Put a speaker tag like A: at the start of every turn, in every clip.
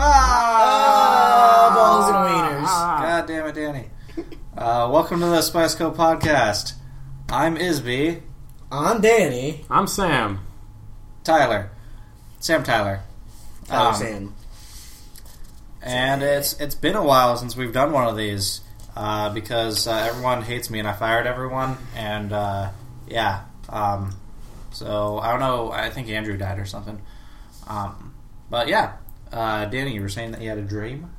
A: Ah, Uh, welcome to the Spice Co podcast. I'm Isby,
B: I'm Danny.
C: I'm Sam.
A: Tyler, Sam Tyler,
B: Tyler
A: Um,
B: Sam.
A: and it's it's been a while since we've done one of these uh, because uh, everyone hates me and I fired everyone and uh, yeah. Um, so I don't know. I think Andrew died or something. Um, but yeah, uh, Danny, you were saying that you had a dream.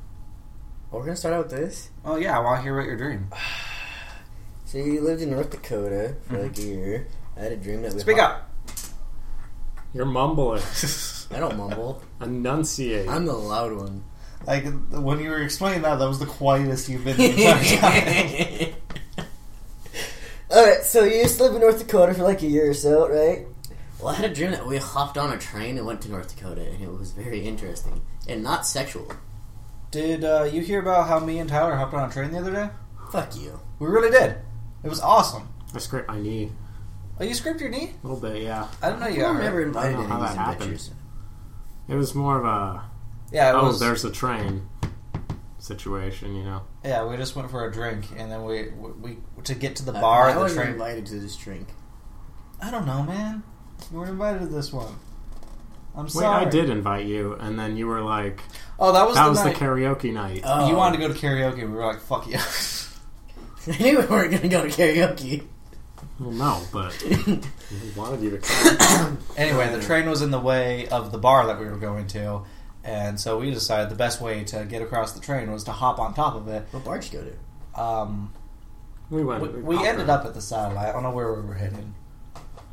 B: We're gonna start out with this.
A: Oh yeah, I want to hear about your dream.
B: So you lived in North Dakota for like a year. I had a dream that we
A: Speak up.
C: You're mumbling.
B: I don't mumble.
C: Enunciate.
B: I'm the loud one.
A: Like when you were explaining that, that was the quietest
B: Oh,
A: you've been.
B: Alright, so you used to live in North Dakota for like a year or so, right? Well, I had a dream that we hopped on a train and went to North Dakota, and it was very interesting. And not sexual.
A: Did uh, you hear about how me and Tyler hopped on a train the other day?
B: Fuck you.
A: We really did. It was awesome.
C: I scrape my knee
A: Oh, you scraped your knee?
C: a little bit. Yeah,
A: I didn't know you
B: You
A: got
B: were never
A: hurt.
B: invited
C: I
B: to
C: don't know
B: any of
C: how that
B: these
C: happened.
B: adventures.
C: it was more of a
A: Yeah, it
C: oh,
A: was.
C: there's a train situation. You know,
A: Yeah, we just went for a drink, and then we we, we to get to the
B: Uh,
A: bar.
B: I
A: the
B: wasn't
A: train.
B: invited to this drink.
A: I don't know, man. You weren't invited to this one. I'm
C: wait,
A: sorry.
C: I did invite you, and then you were like,
A: Oh, that was
C: that
A: the
C: was the
A: night Uh,
C: karaoke night.
B: Oh.
A: you wanted to go to karaoke. and We were like, fuck yeah.
B: I knew we weren't gonna go to karaoke.
C: well, no, but we wanted you to. Come.
A: anyway, the train was in the way of the bar that we were going to, and so we decided the best way to get across the train was to hop on top of it.
B: what bar did you go to?
A: Um,
C: We went.
A: we, we
C: popped
A: ended
C: her.
A: up at the satellite. I don't know where we were heading.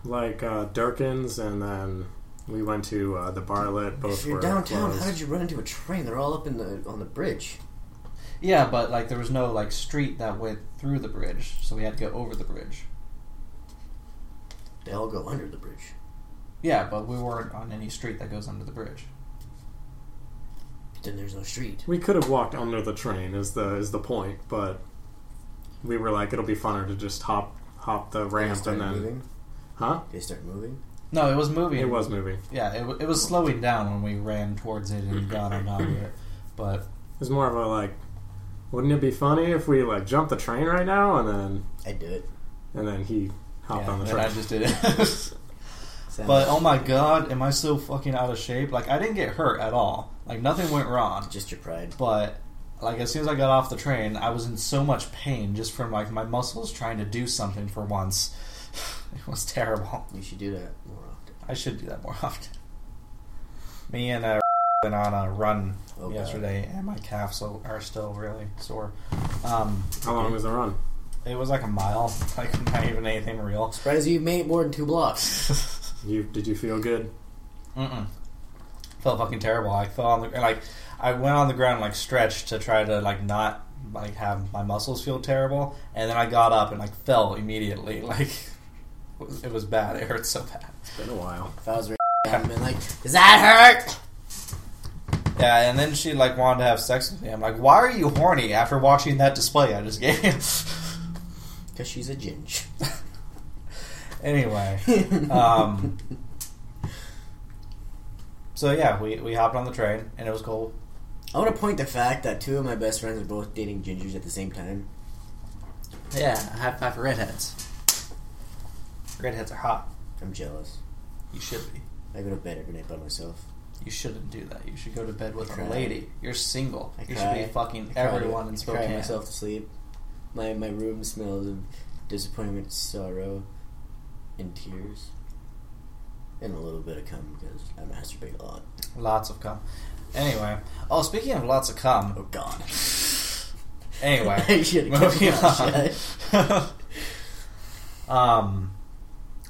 C: like uh, Durkin's, and then we went to uh, the Barlet. Both
B: If you're
C: were
B: downtown,
C: closed.
B: how did you run into a train? They're all up in the on the bridge.
A: Yeah, but like there was no like street that went through the bridge, so we had to go over the bridge.
B: They all go under the bridge.
A: Yeah, but we weren't on any street that goes under the bridge.
B: But then there's no street.
C: We could have walked under the train is the is the point, but we were like it'll be funner to just hop hop the
B: They
C: ramp
B: start
C: and then
B: moving.
C: huh?
B: They start moving.
A: No, it was moving.
C: It was moving. It
A: Yeah, it, w- it was slowing down when we ran towards it and got on top of it. But
C: was more of a like wouldn't it be funny if we like jumped the train right now and then
B: I do it.
C: and then he hopped
A: yeah,
C: on the
A: then I
C: train.
A: just did it.
B: Sounds-
A: but oh my god, am I so fucking out of shape? Like I didn't get hurt at all. Like nothing went wrong.
B: just your pride.
A: But like as soon as I got off the train, I was in so much pain just from like my muscles trying to do something for once. It was terrible.
B: You should do that more often.
A: I should do that more often. Me and uh, went on a run
B: Oh, God.
A: yesterday, and my calves so- are still really sore. Um,
C: How long was the run?
A: it was like a mile, like not even anything real.
B: Surprised you made more than two blocks.
C: You did you feel good?
A: Mm-mm. Felt fucking terrible. I fell on the and, like I went on the ground and, like stretched to try to like not like have my muscles feel terrible, and then I got up and like fell immediately. Like it was, it was bad. It hurt so bad.
C: It's been a while.
B: if I was right, I'd been like, "Does that hurt?"
A: Yeah, and then she like wanted to have sex with me. I'm like, why are you horny after watching that display I just gave? you?"
B: Because she's a ginge.
A: anyway, um, so yeah, we we hopped on the train and it was cool.
B: I want to point the fact that two of my best friends are both dating gingers at the same time.
A: Yeah, high five for redheads. Redheads are hot.
B: I'm jealous.
A: You should be.
B: I go to bed every night by myself.
A: You shouldn't do that. You should go to bed with
B: I
A: a
B: cry.
A: lady. You're single.
B: I
A: you
B: cry.
A: should be fucking
B: I cry-
A: everyone in
B: I
A: Spokane.
B: cry myself to sleep. My my room smells of disappointment, sorrow, and tears, and a little bit of cum because I masturbate a lot.
A: Lots of cum. Anyway, oh, speaking of lots of cum.
B: Oh God.
A: Anyway,
B: I should've kept
A: moving
B: my
A: on. um,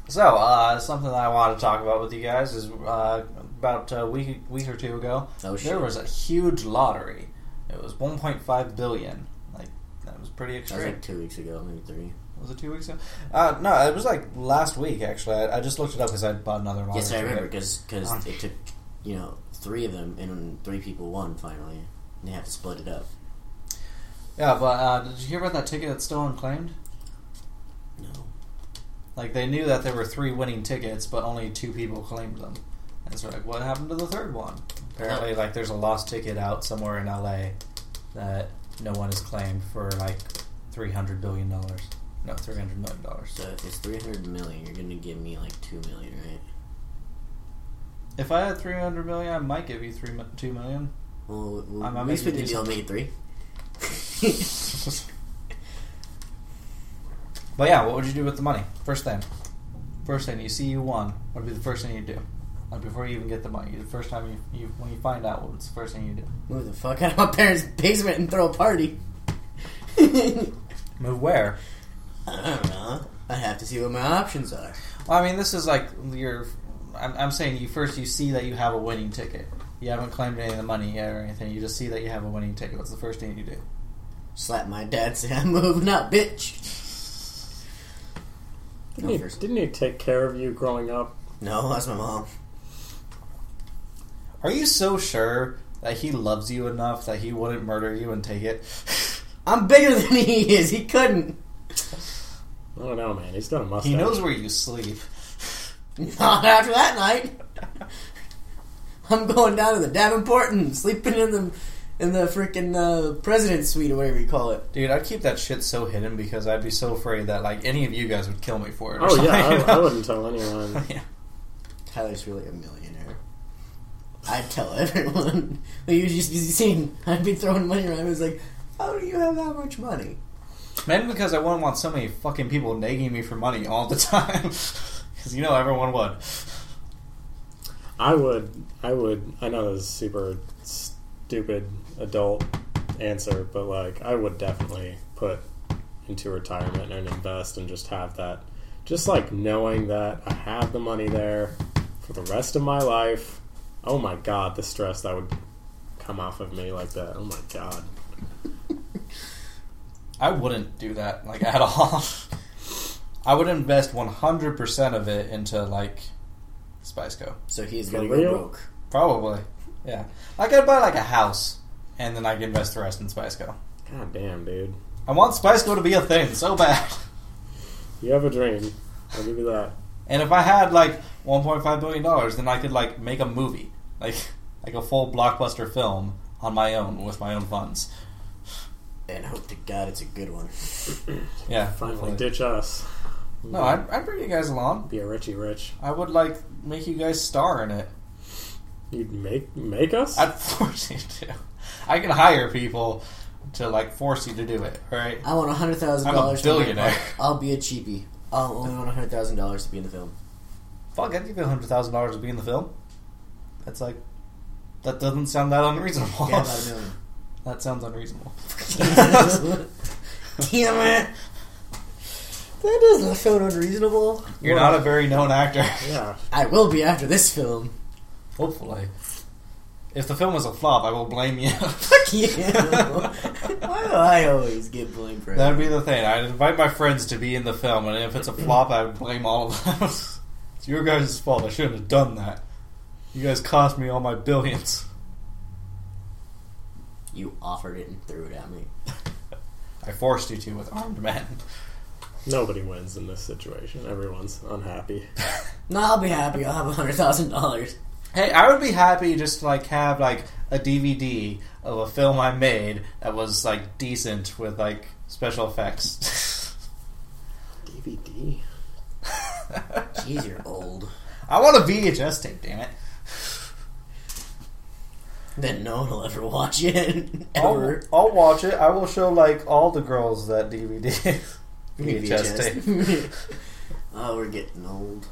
A: so uh, something that I wanted to talk about with you guys is uh, about a week week or two ago.
B: Oh,
A: There
B: shit.
A: was a huge lottery. It was 1.5 billion. Like that was pretty
B: That was
A: extreme.
B: like two weeks ago, maybe three.
A: Was it two weeks ago? Uh, no, it was like last week actually. I, I just looked it up because I bought another lottery.
B: yes, I
A: ticket.
B: remember because
A: Oh.
B: it took you know three of them and three people won finally. And they have to split it up.
A: Yeah, but uh, did you hear about that ticket that's still unclaimed?
B: No,
A: Like they knew that there were three winning tickets, but only two people claimed them. And so like, what happened to the third one? Apparently,
B: Oh.
A: like there's a lost ticket out somewhere in LA that no one has claimed for like three hundred billion dollars. No, three hundred million dollars.
B: So if it's three hundred million, you're gonna give me like two million, right?
A: If I had three hundred million, I might give you three mi- two million.
B: Well, we,
A: I'm- I'm
B: we
A: making
B: split the
A: you
B: deal,
A: some-
B: make it three.
A: But yeah, what would you do with the money? First thing, first thing you see you won. What would be the first thing you do? Like before you even get the money, the first time you, you when you find out, what's the first thing you do?
B: Move the fuck out of my parents' basement and throw a party.
A: Move where?
B: I don't know. I have to see what my options are.
A: Well, I mean, this is like your. I'm, I'm saying you first you see that you have a winning ticket. You haven't claimed any of the money yet or anything. You just see that you have a winning ticket. What's the first thing you do?
B: Slap my dad, say I'm moving out, bitch.
D: Didn't,
B: Go
D: he,
B: first.
D: didn't he take care of you growing up?
B: No, that's my mom.
A: Are you so sure that he loves you enough that he wouldn't murder you and take it?
B: I'm bigger than he is. He couldn't.
D: I don't know, man. He's got a mustache.
A: He knows where you sleep.
B: Not after that night. I'm going down to the Davenport and sleeping in the in the freaking uh, president's suite or whatever you call it.
A: Dude, I'd keep that shit so hidden because I'd be so afraid that like any of you guys would kill me for it. Or
D: Oh
A: something,
D: yeah,
A: you know?
D: I, I wouldn't tell anyone.
A: yeah.
B: Tyler's really a millionaire. I'd tell everyone. Like, You'd just be seen. I'd be throwing money around. It was like, how do you have that much money?
A: Maybe because I wouldn't want so many fucking people nagging me for money all the time. Because you know everyone would.
D: I would. I would. I know this is super stupid adult answer, but like, I would definitely put into retirement and invest and just have that. Just like knowing that I have the money there for the rest of my life. Oh my god, the stress that would come off of me like that. Oh my god.
A: I wouldn't do that like at all. I would invest 100% of it into like Spiceco.
B: So he's
D: For
B: gonna
D: real?
B: go broke.
A: Probably. Yeah. I could buy like a house and then I could invest the rest in Spiceco.
D: God damn, dude.
A: I want Spiceco to be a thing so bad.
D: You have a dream. I'll give you that.
A: And if I had like 1.5 billion dollars, then I could like make a movie, like like a full blockbuster film on my own with my own funds.
B: And hope to God it's a good one.
A: Yeah,
D: Finally,
A: hopefully.
D: ditch us.
A: No, I'd, I'd bring you guys along.
D: be a Richie Rich.
A: I would like make you guys star in it.
D: You'd make make us.
A: I'd force you to. I can hire people to like force you to do it. Right?
B: I want hundred thousand
A: I'm a
B: dollars.
A: billionaire.
B: I'll be a cheapie. I'll only want hundred thousand dollars to be in the film.
A: Fuck, I'd give you hundred thousand dollars to be in the film. That's like that doesn't sound that unreasonable.
B: Yeah, about a million.
A: that sounds unreasonable.
B: Damn it! That doesn't sound unreasonable.
A: You're
D: Well-
A: not a very known actor.
D: yeah,
B: I will be after this film.
A: Hopefully. If the film is a flop, I will blame you.
B: Fuck you! Why do I always get blamed for
A: That'd
B: it?
A: be the thing. I'd invite my friends to be in the film, and if it's a flop, I would blame all of them. it's your guys' fault. I shouldn't have done that. You guys cost me all my billions.
B: You offered it and threw it at me.
A: I forced you to with armed men.
D: nobody wins in this situation. Everyone's unhappy.
B: No, I'll be happy. I'll have hundred thousand dollars.
A: Hey, I would be happy just to like have like a DVD of a film I made that was like decent with like special effects.
D: DVD.
B: Jeez, you're old.
A: I want a VHS tape, damn it.
B: Then no one will ever watch it
A: I'll,
B: ever.
A: I'll watch it. I will show like all the girls that DVD. eh?
B: oh, we're getting old.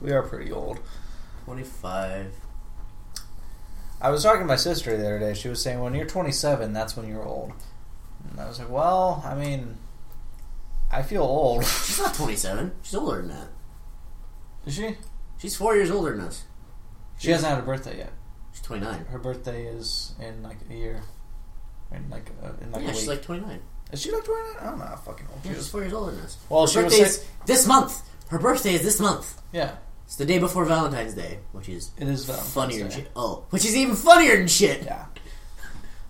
A: we are pretty old.
B: Twenty-five.
A: I was talking to my sister the other day. She was saying, "When you're 27, that's when you're old." And I was like, "Well, I mean, I feel old."
B: She's not twenty-seven. She's older than that.
A: Is she?
B: She's four years older than us.
A: She hasn't had her birthday yet.
B: She's twenty-nine.
A: Her birthday is in like a year, in like uh, in like
B: yeah,
A: a week.
B: she's like twenty-nine.
A: is she like 29? I don't know. How fucking old.
B: Yeah,
A: She
B: she's
A: is.
B: four years older than us.
A: Well,
B: Her
A: she was
B: birthday is
A: saying-
B: this month. Her birthday is this month.
A: yeah,
B: It's the day before Valentine's Day, which is
A: it is Valentine's
B: funnier than
A: Day.
B: shit. Oh, which is even funnier than shit.
A: Yeah.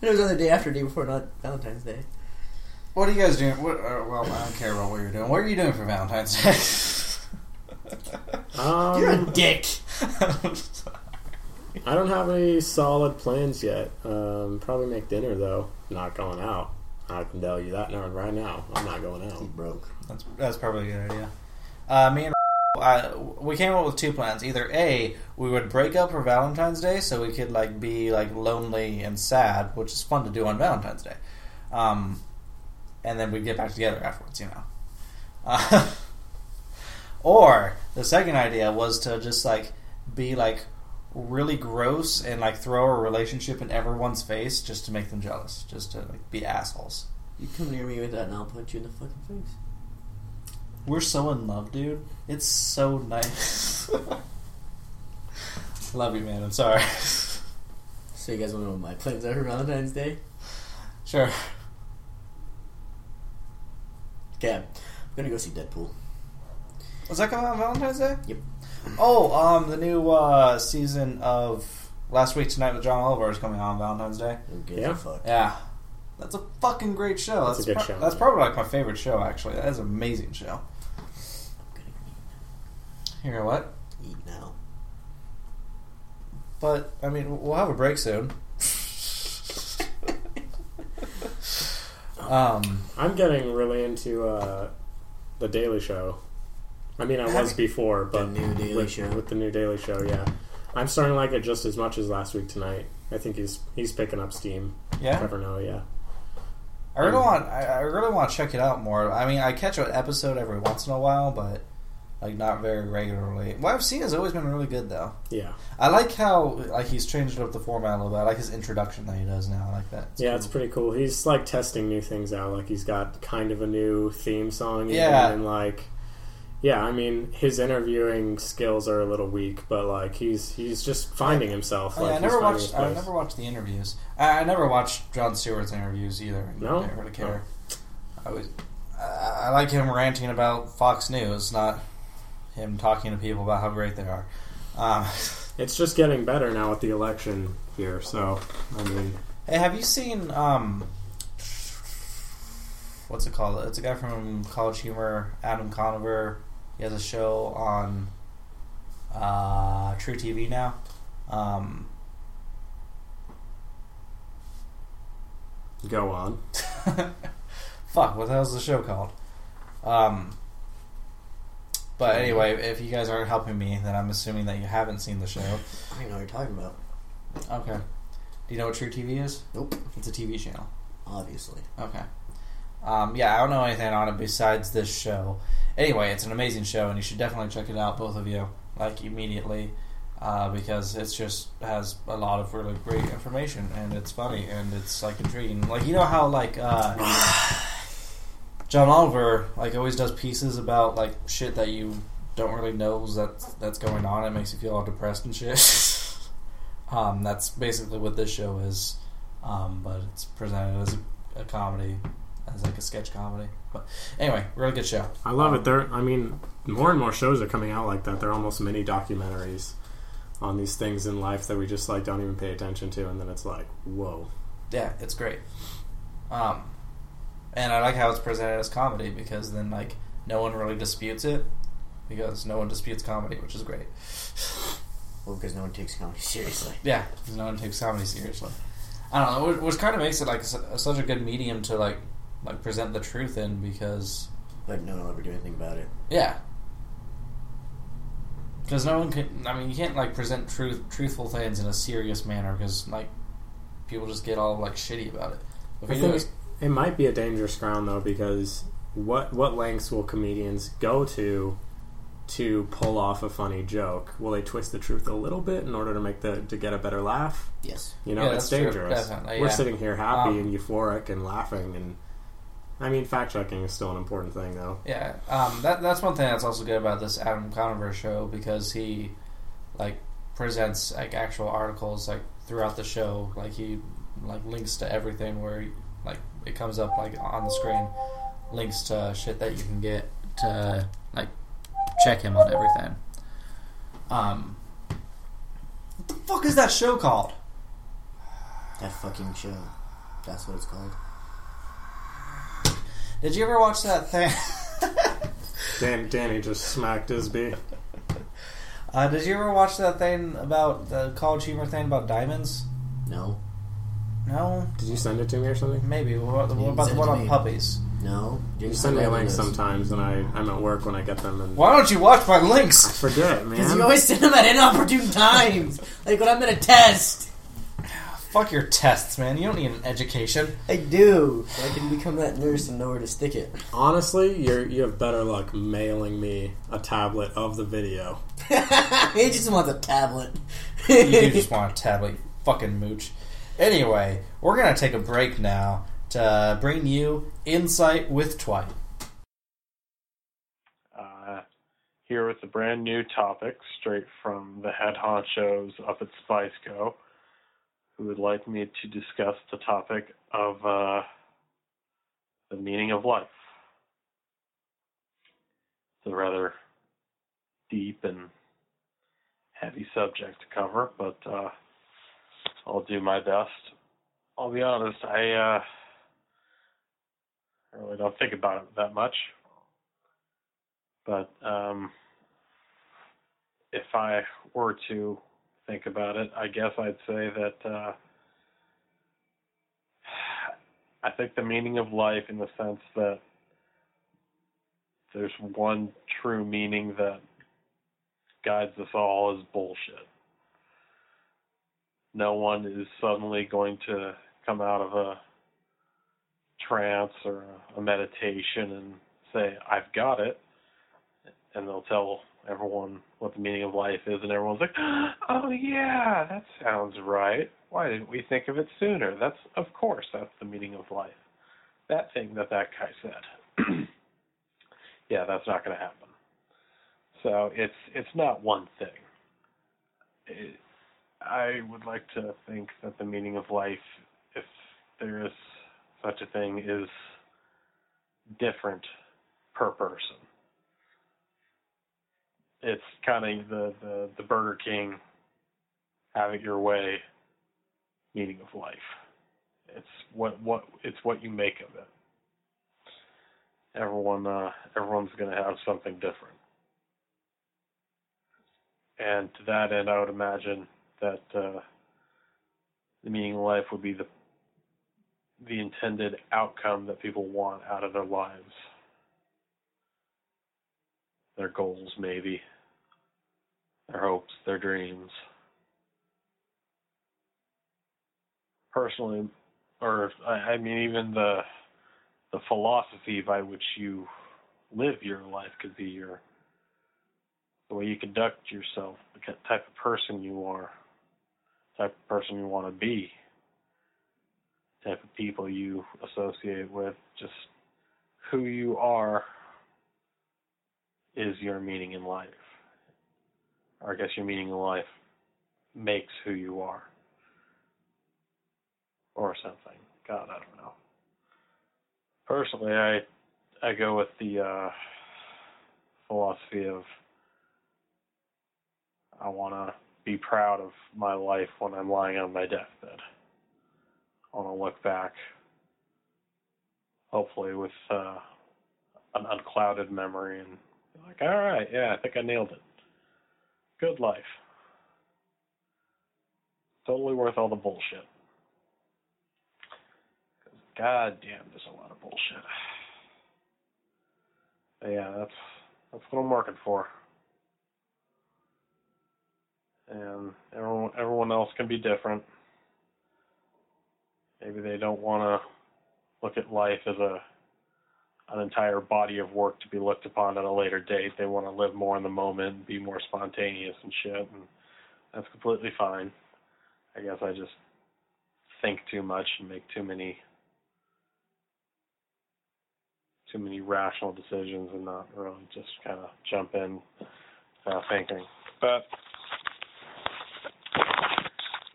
B: And it was on the day after, day before, not Valentine's Day.
A: What are you guys doing? What, uh, well, I don't care about what you're doing. What are you doing for Valentine's Day?
D: Um,
B: You're a dick.
D: I don't have any solid plans yet. Um, probably make dinner though. Not going out.
C: I can tell you that now, right now. I'm not going out.
B: He broke.
A: That's that's probably a good idea. Uh, me and I, we came up with two plans. Either a we would break up for Valentine's Day so we could like be like lonely and sad, which is fun to do on Valentine's Day, um, and then we'd get back together afterwards, you know. Uh, or the second idea was to just like be like really gross and like throw a relationship in everyone's face just to make them jealous, just to like be assholes.
B: You come near me with that and I'll punch you in the fucking face.
A: We're so in love, dude. It's so nice. love you, man. I'm sorry.
B: So you guys want to know what my plans are for Valentine's Day?
A: sure.
B: Okay, I'm gonna go see Deadpool.
A: Was that coming out on Valentine's Day?
B: Yep.
A: Oh, um, the new uh, season of Last Week Tonight with John Oliver is coming out on Valentine's Day.
B: Who gives
C: Yeah.
B: a fuck?
A: Yeah. That's a fucking great show.
C: That's a good show,
A: That's
C: yeah.
A: probably like my favorite show, actually. That is an amazing show.
B: I'm gonna
A: Here, what?
B: eat now.
A: But, I mean, we'll have a break soon. um,
C: I'm getting really into uh, the Daily Show. I mean, I was before, but
B: The new Daily
C: with,
B: Show.
C: with the new Daily Show, yeah. I'm starting to like it just as much as last week tonight. I think he's he's picking up steam.
A: yeah.
C: Trevor Noah, yeah.
A: I really want. I, I really want to check it out more. I mean, I catch an episode every once in a while, but like not very regularly. What I've seen has always been really good, though.
C: Yeah.
A: I like how like he's changed up the format a little bit. I like his introduction that he does now. I like that.
C: yeah, it's pretty cool. He's like testing new things out. Like he's got kind of a new theme song. even,
A: Yeah.
C: and like, yeah. I mean, his interviewing skills are a little weak, but like he's he's just finding himself.
A: Oh, yeah,
C: like,
A: I
C: he's
A: never
C: finding
A: watched.
C: his
A: I
C: place.
A: never watched the interviews. I, I never watched John Stewart's interviews either. I
C: No? Oh.
A: never really care. I was. I I like him ranting about Fox News, not him talking to people about how great they are. Um,
C: It's just getting better now with the election here. So I mean,
A: Hey, have you seen um what's it called? It's a guy from College Humor, Adam Conover. He has a show on uh True TV now. Um
C: go on.
A: fuck, what the hell's the show called? Um but anyway, if you guys aren't helping me, then I'm assuming that you haven't seen the show.
B: I don't even know what you're talking about.
A: Okay. Do you know what True TV is?
B: Nope.
A: It's a TV channel.
B: Obviously.
A: Okay. Um, yeah, I don't know anything on it besides this show. Anyway, it's an amazing show, and you should definitely check it out, both of you, like immediately, uh, because it's just has a lot of really great information, and it's funny, and it's like intriguing. Like you know how like uh, John Oliver like always does pieces about like shit that you don't really know that that's going on. It makes you feel all depressed and shit. um, that's basically what this show is, um, but it's presented as a, a comedy, as like a sketch comedy. But anyway, really good show.
C: I love it. There, I mean, more and more shows are coming out like that. They're almost mini documentaries on these things in life that we just like don't even pay attention to, and then it's like, whoa.
A: Yeah, it's great. Um, and I like how it's presented as comedy because then like no one really disputes it because no one disputes comedy, which is great.
B: Well, because no one takes comedy seriously.
A: Yeah, because no one takes comedy seriously. I don't know, which, which kind of makes it like su- such a good medium to like like present the truth in because
B: But no one will ever do anything about it.
A: yeah. Because no one can. I mean, you can't like present truth, truthful things in a serious manner. Because like, people just get all like shitty about it. If
C: I
A: you do
C: think
A: it-
C: it might be a dangerous ground though, because what what lengths will comedians go to to pull off a funny joke? Will they twist the truth a little bit in order to make the to get a better laugh?
B: Yes.
C: You know,
A: Yeah,
C: it's
A: that's true.
C: dangerous.
A: Definitely,
C: We're
A: yeah.
C: sitting here happy
A: Um,
C: and euphoric and laughing, and I mean, fact checking is still an important thing though.
A: Yeah, um, that that's one thing that's also good about this Adam Conover show because he like presents like actual articles like throughout the show. Like he like links to everything where like it comes up like on the screen, links to shit that you can get to like check him on everything. Um, what the fuck is that show called?
B: That fucking show. That's what it's called.
A: Did you ever watch that thing?
C: Dan, Danny just smacked his bee.
A: Uh, did you ever watch that thing about the college humor thing about diamonds?
B: No.
A: No,
D: Did you send it to me or something?
A: maybe. What, about- what
B: You
A: about the
B: send
A: one
B: it to
A: on
B: me.
A: puppies?
B: No.
D: You send me links sometimes, and I I'm at work when I get them, and
A: Why don't you watch my links?
D: forget,
B: Because you
D: man.
B: always send them at inopportune times. like when I'm in a test.
A: Fuck your tests, man. You don't need an education.
B: I do. So I can become that nurse and know where to stick it.
D: Honestly, you're you have better luck mailing me a tablet of the video.
B: he just wants a tablet.
A: You do just want a tablet, you fucking mooch. Anyway, we're gonna take a break now to bring you insight with Twite.
E: uh, here with a brand new topic straight from the head honchos up at Spice Co. Who would like me to discuss the topic of uh, the meaning of life? It's a rather deep and heavy subject to cover, but uh, I'll do my best. I'll be honest, I uh, really don't think about it that much but um, if I were to think about it, I guess I'd say that uh, I think the meaning of life, in the sense that there's one true meaning that guides us all, is bullshit. No one is suddenly going to come out of a trance or a- a meditation and say, I've got it and they'll tell everyone what the meaning of life is, and everyone's like, "Oh yeah, that sounds right. Why didn't we think of it sooner? That's of course that's the meaning of life. That thing that that guy said. yeah, that's not going to happen. So it's it's not one thing. It, I would like to think that the meaning of life, if there is such a thing, is different per person it's kind of the, the, the Burger King have it your way meaning of life. It's what what it's what you make of it. Everyone uh, everyone's going to have something different. And to that end, I would imagine that uh, the meaning of life would be the the intended outcome that people want out of their lives, their goals, maybe their hopes, their dreams. Personally, or I I mean, even the the philosophy by which you live your life could be your the way you conduct yourself, the ki- type of person you are, type of person you want to be, type of people you associate with, just who you are is your meaning in life or I guess your meaning in life makes who you are, or something. God, I don't know. Personally, I I go with the uh, philosophy of I want to be proud of my life when I'm lying on my deathbed. I want to look back, hopefully with uh, an unclouded memory, and be like, all right, yeah, I think I nailed it good life. Totally worth all the bullshit. 'Cause God damn, there's a lot of bullshit. But yeah, that's that's what I'm working for. And everyone everyone else can be different. Maybe they don't want to look at life as a an entire body of work to be looked upon at a later date. They want to live more in the moment, be more spontaneous and shit, and that's completely fine. I guess I just think too much and make too many too many rational decisions and not really just kind of jump in without thinking. But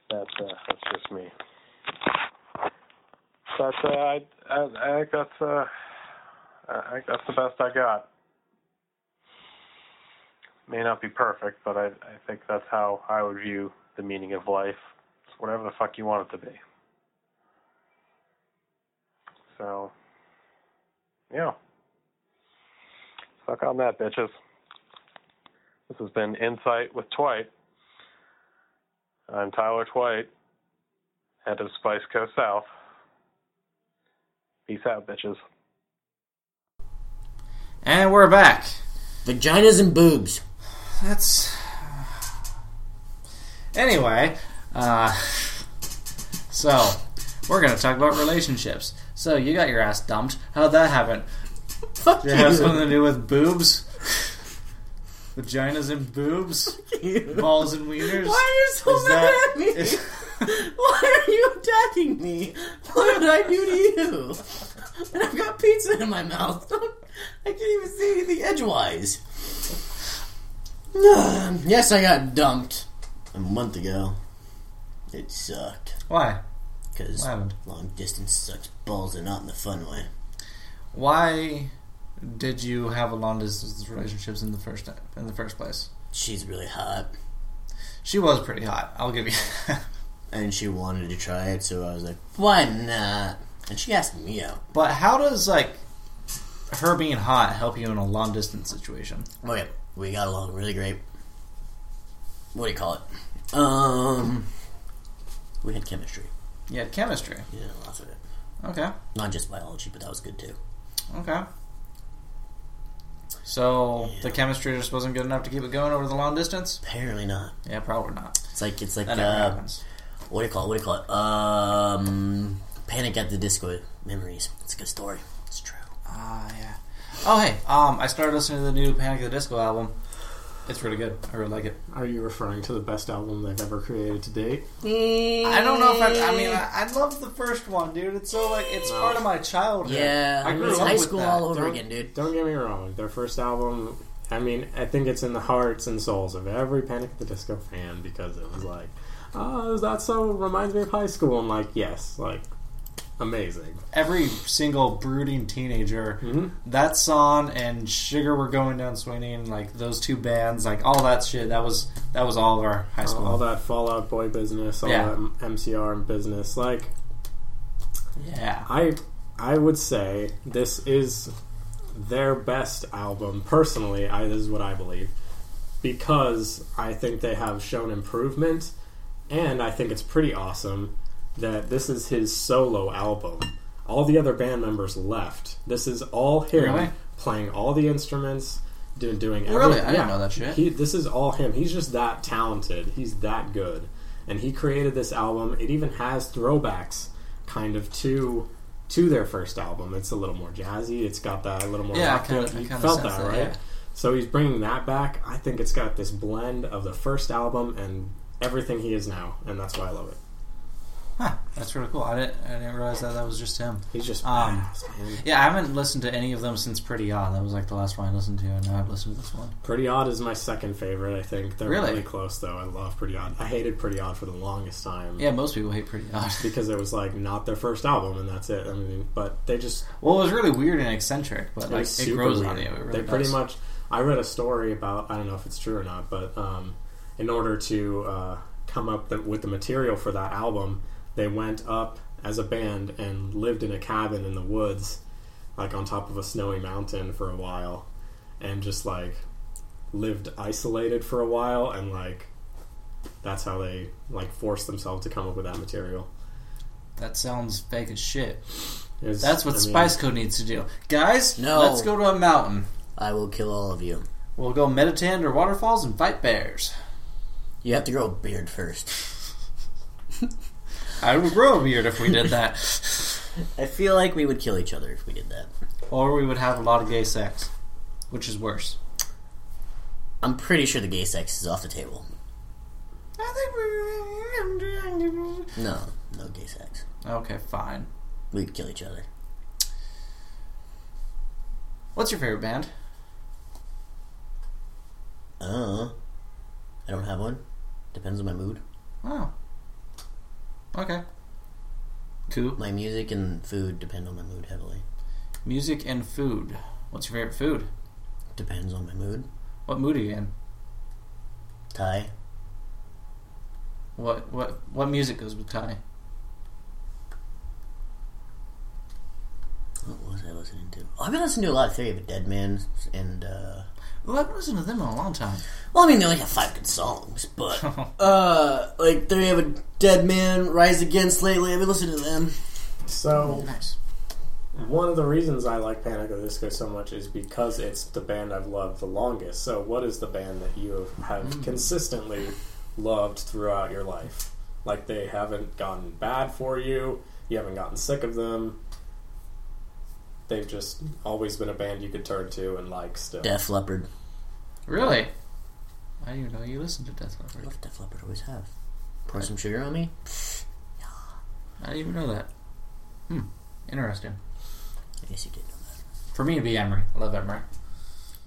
E: that's uh, that's just me. But uh, I, I I think that's uh I I think that's the best I got. May not be perfect, but I, I think that's how I would view the meaning of life. It's whatever the fuck you want it to be. So, yeah. Suck on that, bitches. This has been Insight with Twite. I'm Tyler Twite, head of Spice Coast South. Peace out, bitches.
A: And we're back.
B: Vaginas and boobs.
A: That's. Anyway, uh, so we're gonna talk about relationships. So you got your ass dumped. How'd that happen?
B: Fuck
A: Did it have something to do with boobs? Vaginas and boobs,
B: you.
A: balls and wieners.
B: Why are you so
A: Is
B: mad
A: that-
B: at me? Why are you attacking me? What did I do to you? And I've got pizza in my mouth. I can't even see anything edgewise. Ugh. yes, I got dumped a month ago. It sucked.
A: Why?
B: Because
A: What happened?
B: long distance sucks balls and not in the fun way.
A: Why did you have a long distance relationships in the first in the first place?
B: She's really hot.
A: She was pretty hot. I'll give you. that.
B: And she wanted to try it, so I was like, why not? And she asked me out.
A: but how does like her being hot help you in a long distance situation?
B: Okay, we got along really great. What do you call it? Um, we had chemistry.
A: You had chemistry.
B: Yeah, lots of it.
A: Okay.
B: Not just biology, but that was good too.
A: Okay. So the chemistry just wasn't good enough to keep it going over the long distance.
B: Apparently not.
A: Yeah, probably not.
B: It's like it's like
A: That never
B: uh,
A: happens.
B: what do you call it? What do you call it? Um, Panic at the Disco memories. It's a good story. It's true.
A: Ah, yeah. Oh, hey. Um, I started listening to the new Panic at the Disco album. It's really good. I really like it.
C: Are you referring to the best album they've ever created to date?
A: I don't know if I. I mean, I, I love the first one, dude. It's so like it's part of my childhood.
B: Yeah,
A: I grew
B: it's
A: up
B: high
A: with
B: school
A: that.
B: all over
C: Don't-
B: again, dude.
C: Don't get me wrong, their first album, I mean, I think it's in the hearts and souls of every Panic at the Disco fan because it was like, oh, that so reminds me of high school. And like, yes, like, amazing.
A: Every single brooding teenager,
C: Mhm.
A: that song and Sugar We're Going Down Swinging, like those two bands, like all that shit. That was that was all of our high school.
C: All that Fallout Boy business, all
A: Yeah.
C: that MCR business. Like,
A: yeah.
C: I, I would say this is their best album personally. I, this is what I believe because I think they have shown improvement, and I think it's pretty awesome that this is his solo album. All the other band members left. This is all him
A: Really?
C: playing all the instruments, do, doing
A: Really?
C: everything.
A: I didn't know that shit.
C: He, this is all him. He's just that talented. He's that good, and he created this album. It even has throwbacks, kind of to to their first album. It's a little more jazzy. It's got that a little more.
A: Yeah, I
C: rock to
A: kinda-
C: it.
A: I
C: You
A: kinda
C: felt
A: sense
C: that,
A: that,
C: right?
A: yeah.
C: So he's bringing that back. I think it's got this blend of the first album and everything he is now, and that's why I love it.
A: Huh, that's really cool. I didn't I didn't realize that that was just him.
C: He's just
A: Um,
C: badass, man.
A: Yeah, I haven't listened to any of them since Pretty Odd. That was like the last one I listened to, and now I've listened to this one.
C: Pretty Odd is my second favorite. I think they're
A: Really?
C: really close, though. I love Pretty Odd. I hated Pretty Odd for the longest time
A: Yeah, most people hate Pretty Odd.
C: because it was like not their first album, and that's it. I mean, but they just
A: Well, it was really weird and eccentric, but
C: It
A: like
C: was
A: it
C: super
A: grows
C: weird.
A: on you. It really
C: they pretty
A: does.
C: much. I read a story about. I don't know if it's true or not, but um, in order to uh, come up the, with the material for that album, they went up as a band and lived in a cabin in the woods, like on top of a snowy mountain for a while, and just like lived isolated for a while, and like that's how they like forced themselves to come up with that material.
A: That sounds fake as shit.
C: It was-
A: That's what
C: I mean,
A: Spice Code needs to do, guys.
B: No.
A: let's go to a mountain.
B: I will kill all of you.
A: We'll go meditate under waterfalls and fight bears.
B: You have to grow a beard first.
A: I would grow a beard if we did that,
B: I feel like we would kill each other if we did that.
A: or we would have a lot of gay sex, which is worse.
B: I'm pretty sure the gay sex is off the table. No, no gay sex.
A: Okay, fine.
B: We'd kill each other.
A: What's your favorite band?
B: Uh, I don't have one. Depends on my mood.
A: Oh, okay. Cool.
B: My music and food depend on my mood heavily.
A: Music and food. What's your favorite food?
B: Depends on my mood.
A: What mood are you in?
B: Thai,
A: What what what music goes with Thai?
B: what was I listening to? Oh, I've been listening to a lot of Theory of a Dead Man and, uh,
A: Well, I haven't listened to them in a long time.
B: well, I mean, they only have five good songs, but, uh, like, Theory of a Dead Man, Rise Against lately. I've been listening to them.
C: So
A: Nice.
C: one of the reasons I like Panic at the Disco so much is because it's the band I've loved the longest. So what is the band that you have
A: Hmm.
C: consistently loved throughout your life? Like they haven't gotten bad for you. You haven't gotten sick of them. They've just always been a band you could turn to and like still.
B: Def Leppard.
A: Really? I didn't even know you listened to Death
B: I
A: Leopard.
B: love Def Leppard. Always have. Pour some sugar on me.
A: I didn't even know that. Hmm. Interesting.
B: I guess you did know that.
A: For me, it'd be Emery. I love Emery.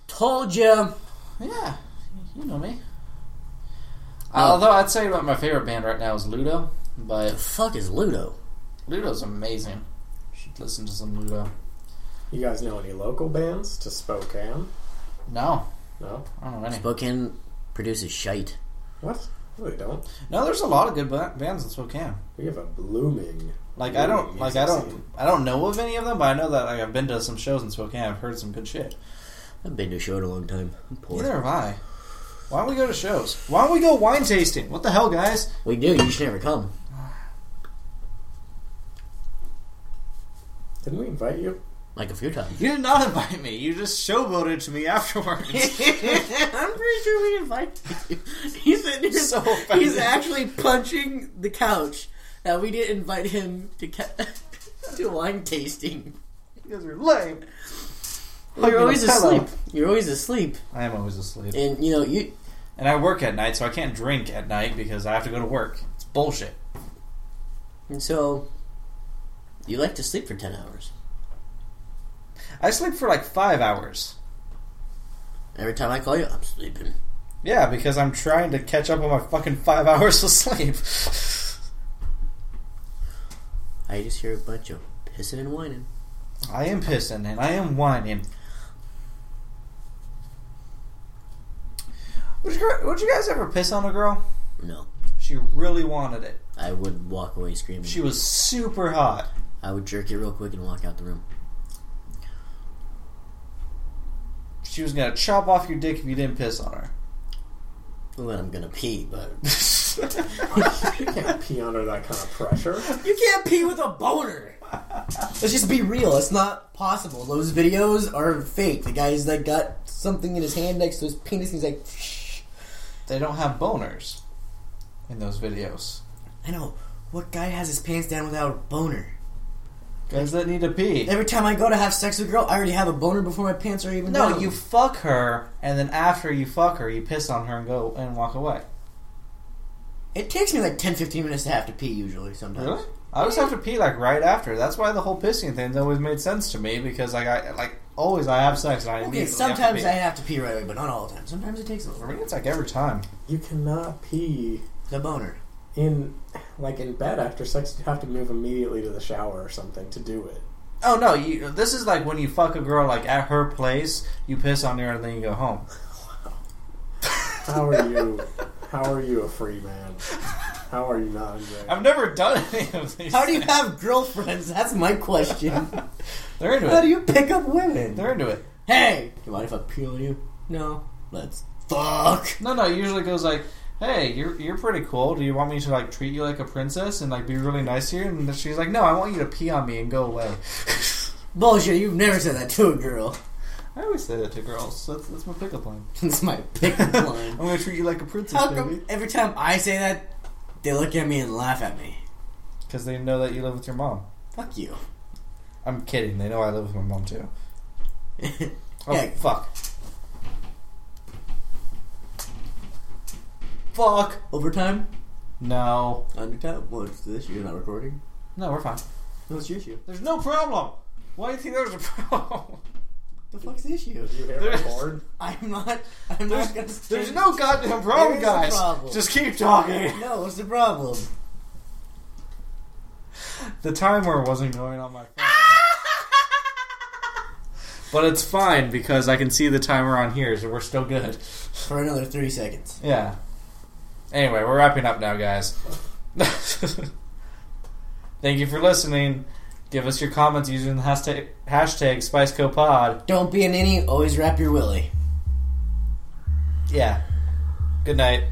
B: Told you.
A: Yeah, you know me. Uh, Oh. although I'd say about my favorite band right now is Ludo,
B: The
A: but
B: fuck is Ludo?
A: Ludo's amazing. You should listen to some Ludo.
C: You guys know any local bands to Spokane?
A: No,
C: No.
A: I don't know any.
B: Spokane produces shite.
C: What? No, they don't.
A: No, there's a lot of good ba- bands in Spokane.
C: We have a blooming.
A: Like I don't,
C: blooming
A: like I
C: music
A: don't,
C: scene.
A: I don't know of any of them, but I know that like, I've been to some shows in Spokane. I've heard some good shit.
B: I've been to a show in a long time. I'm poor.
A: Neither have I. Why don't we go to shows? Why don't we go wine tasting? What the hell, guys?
B: We do. You should never come.
C: Didn't we invite you?
B: Like a few times.
A: You did not invite me. You just showboated to me afterwards.
B: I'm pretty sure we invited you. He's sitting here,
A: So
B: he's
A: offended.
B: actually punching the couch that we didn't invite him to ca- to wine tasting.
A: you guys are lame.
B: You're
A: You're
B: always
A: a fellow.
B: asleep. You're always asleep,
A: I am always asleep.
B: and you know you.
A: And I work at night, so I can't drink at night because I have to go to work. It's bullshit.
B: And so you like to sleep for ten hours.
A: I sleep for like five hours.
B: Every time I call you, I'm sleeping.
A: Yeah, because I'm trying to catch up on my fucking five hours of sleep.
B: I just hear a bunch of pissing and whining.
A: I am pissing and I am whining. Would you, gu- would you guys ever piss on a girl?
B: No,
A: She really wanted it.
B: I would walk away screaming.
A: She was super hot.
B: I would jerk it real quick and walk out the room.
A: She was gonna chop off your dick if you didn't piss on her.
B: Well, then I'm gonna pee, but
C: You can't pee under that kind of pressure.
B: You can't pee with a boner. Let's just be real. It's not possible. Those videos are fake. The guy's like got something in his hand next to his penis. And he's like, Shh.
A: they don't have boners in those videos.
B: I know. What guy has his pants down without a boner?
A: Guys that need to pee.
B: Every time I go to have sex with a girl, I already have a boner before my pants are even
A: No,
B: down.
A: you fuck her, and then after you fuck her, you piss on her and go and walk away.
B: It takes me like 10, 15 minutes to have to pee usually. Sometimes.
A: I always have to pee like right after. That's why the whole pissing thing's always made sense to me because like I like always I have sex and I
B: Okay,
A: immediately
B: sometimes I
A: have
B: have to pee right away, but not all the time. Sometimes it takes a
A: to pee.
B: little.
A: For me, it's like every time.
C: You cannot pee
B: The boner.
C: in like in bed after sex. You have to move immediately to the shower or something to do it.
A: Oh no, you, this is like when you fuck a girl like at her place, you piss on her and then you go home.
C: How are you? how are you a free man? How are you not enjoying?
A: I've never done any of these.
B: How do you
A: things.
B: have girlfriends? That's my question.
A: They're into
B: How
A: it.
B: do you pick up women?
A: They're into it.
B: Hey! You mind if I peel you? No. Let's fuck.
A: No, no. It usually goes like, "Hey, you're you're pretty cool. Do you want me to like treat you like a princess and like be really nice to you?" And then she's like, "No, I want you to pee on me and go away."
B: Bullshit, you've never said that to a girl.
A: I always say that to girls. So that's that's my pickup line.
B: It's my pickup
A: I'm
B: line.
A: gonna treat you like a princess,
B: How
A: baby,
B: come every time I say that, they look at me and laugh at me?
A: because they know that you live with your mom.
B: Fuck you.
A: I'm kidding. They know I live with my mom too. Oh
B: Yeah.
A: fuck. Fuck.
B: Overtime?
A: No.
B: Undertime? What's this? You're not recording?
A: No, we're fine.
B: What's your issue?
A: There's no problem. Why do you think there's a problem?
B: The fuck's the issue?
C: You hit
A: There's-
C: record.
B: I'm not. I'm not gonna.
A: There's no goddamn problem,
B: There is a
A: guys.
B: problem.
A: Just keep talking.
B: No, what's the problem?
A: The timer wasn't going on my phone. but it's fine because I can see the timer on here, so we're still good.
B: For another three seconds.
A: Yeah. Anyway, we're wrapping up now, guys. Thank you for listening. Give us your comments using the hashtag, hashtag SpiceCoPod.
B: Don't be an innie, always wrap your willy.
A: Yeah. Good night.